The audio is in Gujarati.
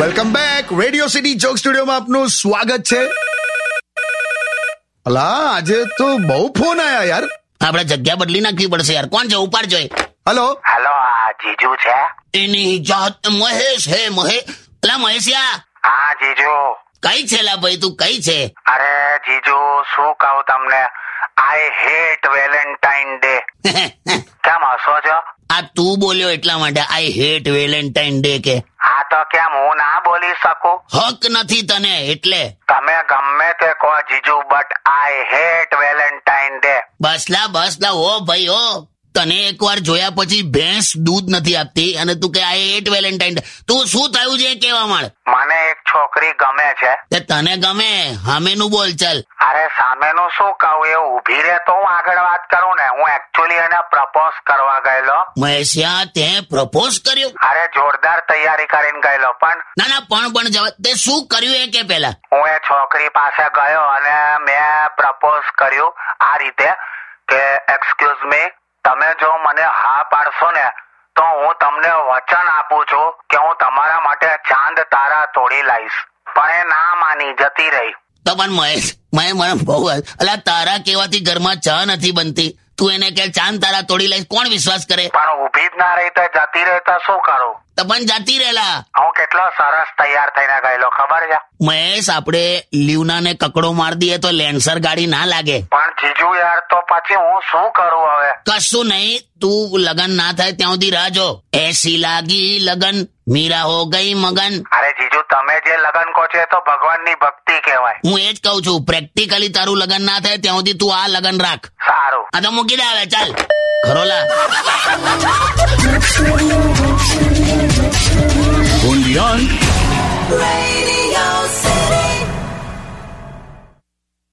બેક રેડિયો સિટી જોક સ્ટુડિયોમાં આપનું સ્વાગત છે અલા આજે તો બહુ ફોન આયા યાર આપણે જગ્યા બદલી નાખવી પડશે યાર કોણ છે ઉપાડજો એ. હલો હેલો આ જીજુ છે એની જાત મહેશ હે મહે અલા મહેશિયા હા જીજુ કઈ છે લા ભાઈ તું કઈ છે અરે જીજુ શું કહું તમને આઈ હેટ વેલેન્ટાઇન ડે કેમ હસો છો આ તું બોલ્યો એટલા માટે આઈ હેટ વેલેન્ટાઇન ડે કે હા તો કેમ હું ના બોલી શકું હક નથી તને એટલે તમે ગમે તે કહો જીજુ but I hate Valentine Day બસ લા બસ લા ઓ ભાઈ ઓ તને એકવાર જોયા પછી ભેંસ દૂધ નથી આપતી અને તું કે આઈ હેટ વેલેન્ટાઇન ડે તું શું થયું છે એ કહેવા માંડ મને એક છોકરી ગમે છે તે તને ગમે હામેનું બોલ ચાલ અરે સામેનું શું કહું એ ઊભી રહે તો હું આગળ વાત કરું ને હું એકચ્યુઅલી એને પ્રપોઝ કરવા ગયેલો મહેશિયા તે પ્રપોઝ કર્યો અરે જોરદાર તૈયારી કરીને ગયેલો પણ ના ના પણ પણ જવા તે શું કર્યું એ કે પેલા હું એ છોકરી પાસે ગયો અને મેં પ્રપોઝ કર્યું આ રીતે કે એક્સક્યુઝ મી તમે જો મને હા પાડશો ને તો હું તમને વચન આપું છું કે હું તમારા માટે ચાંદ તારા તોડી લાવીશ પણ એ ના માની જતી રહી તો પણ મહેશ મેં મને બહુ અલા તારા કેવાથી ઘરમાં ચા નથી બનતી તું એને કે ચાંદ તારા તોડી લઈશ કોણ વિશ્વાસ કરે પણ ઊભી જ ના રહી તો જતી રહી તો શું કરું તો પણ જાતી રહેલા હું કેટલો સરસ તૈયાર થઈને ગયેલો ખબર છે મહેશ આપણે લીવનાને કકડો માર દઈએ તો લેન્સર ગાડી ના લાગે પણ જીજુ યાર તો પછી હું શું કરું હવે કશું નહીં તું લગન ના થાય ત્યાં સુધી રાહ જો એસી લાગી લગન મીરા હો ગઈ મગન અરે જીજુ તમે જે લગન કહો છો એ તો ભગવાનની ભક્તિ કહેવાય હું એ જ કહું છું પ્રેક્ટિકલી તારું લગન ના થાય ત્યાં સુધી તું આ લગન રાખ સારું આ તો મૂકી દે હવે ચાલ ખરોલા